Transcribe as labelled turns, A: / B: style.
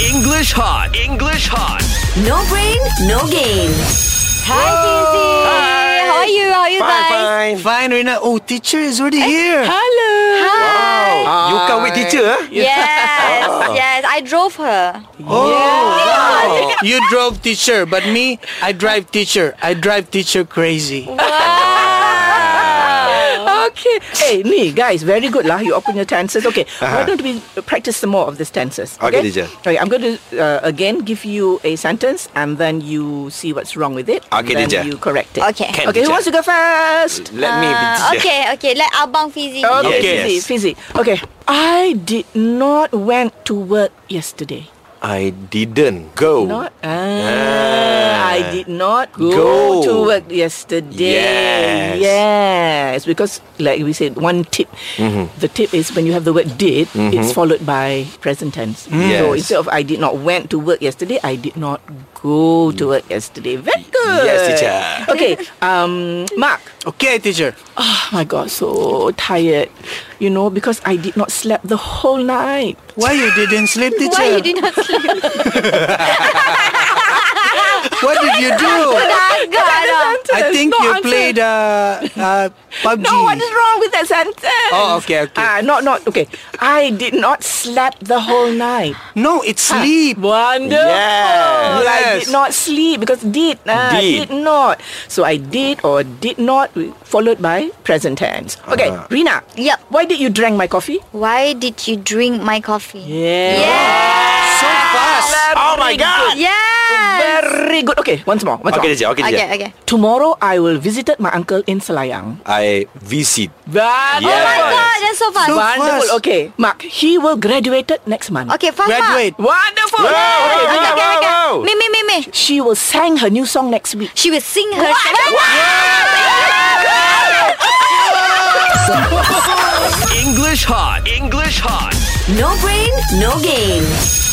A: English hot. English hot.
B: No brain, no game. Hi, Casey.
C: Hi.
B: How are you? How are you guys?
C: Fine, fine.
D: Fine, Rina. Oh, teacher is
C: Eh,
D: already here.
C: Hello.
B: Hi.
C: You come with teacher, huh?
B: Yes, yes. I drove her.
D: Oh, wow. Oh, You drove teacher, but me, I drive teacher. I drive teacher crazy.
C: Okay. Hey, ni guys, very good lah. You open your tenses. Okay. Why don't we uh, practice some more of these tenses?
E: Uh-huh. Okay, teacher.
C: Okay, I'm going to uh, again give you a sentence, and then you see what's wrong with it.
E: Okay,
C: and then
E: teacher.
C: You correct it.
B: Okay. Can,
C: okay.
E: teacher.
C: Who wants to go first?
E: Let me be
B: Uh,
E: teacher.
B: okay, okay. Let Abang Fizi.
C: Okay,
E: Yes,
C: Fizzy,
E: yes.
C: Fizzy. Okay. I did not went to work yesterday.
E: I didn't go.
C: Not. Ah, I did not go,
E: Go.
C: to work yesterday.
E: Yes.
C: Yes, because like we said, one tip.
E: Mm-hmm.
C: The tip is when you have the word "did," it's followed by present tense. So
E: Yes.
C: instead of "I did not went to work yesterday," I did not go to work yesterday. Very good.
E: Yes, teacher.
C: Okay, um, Mark.
D: Okay, teacher.
C: Oh my God, so tired. You know, because I did not sleep the whole night.
D: Why you didn't sleep, teacher?
B: Why Oh, you did not sleep?
D: What did you do? I think
C: No
D: you
C: answer.
D: played uh, uh, PUBG.
C: No, what is wrong with that sentence?
D: Oh, okay, okay.
C: Ah, not, not, okay. I did not sleep the whole night.
D: No, it's sleep.
C: Wonderful. I
D: Yes.
C: did not sleep because did, ah,
E: Did.
C: did not. So I did or did not followed by present tense. Okay,
E: Ah.
C: Rina.
B: Yep.
C: Why did you drink my coffee?
B: Why did you drink my coffee?
C: Yeah.
D: So fast.
E: Oh my God.
B: Yes.
C: Very good. Okay, once more. Once
E: Okay,
C: more.
E: teacher. Okay, teacher.
B: Okay, okay.
C: Tomorrow I will visit my uncle in Selayang.
E: I visit. Yes.
C: Very
B: Oh my God, that's so fast.
D: So
C: Wonderful.
D: fast.
C: Okay, Mark. He will graduate next month.
B: Okay, fast. fast.
D: Graduate.
C: Wonderful.
E: Wow,
C: Okay,
B: Okay,
E: wow,
B: okay,
E: wow,
B: okay.
E: wow.
B: Me, me, me, me.
C: She will sing her new song next week.
B: She will sing her.
A: English hot. English hot.
B: No brain, no game.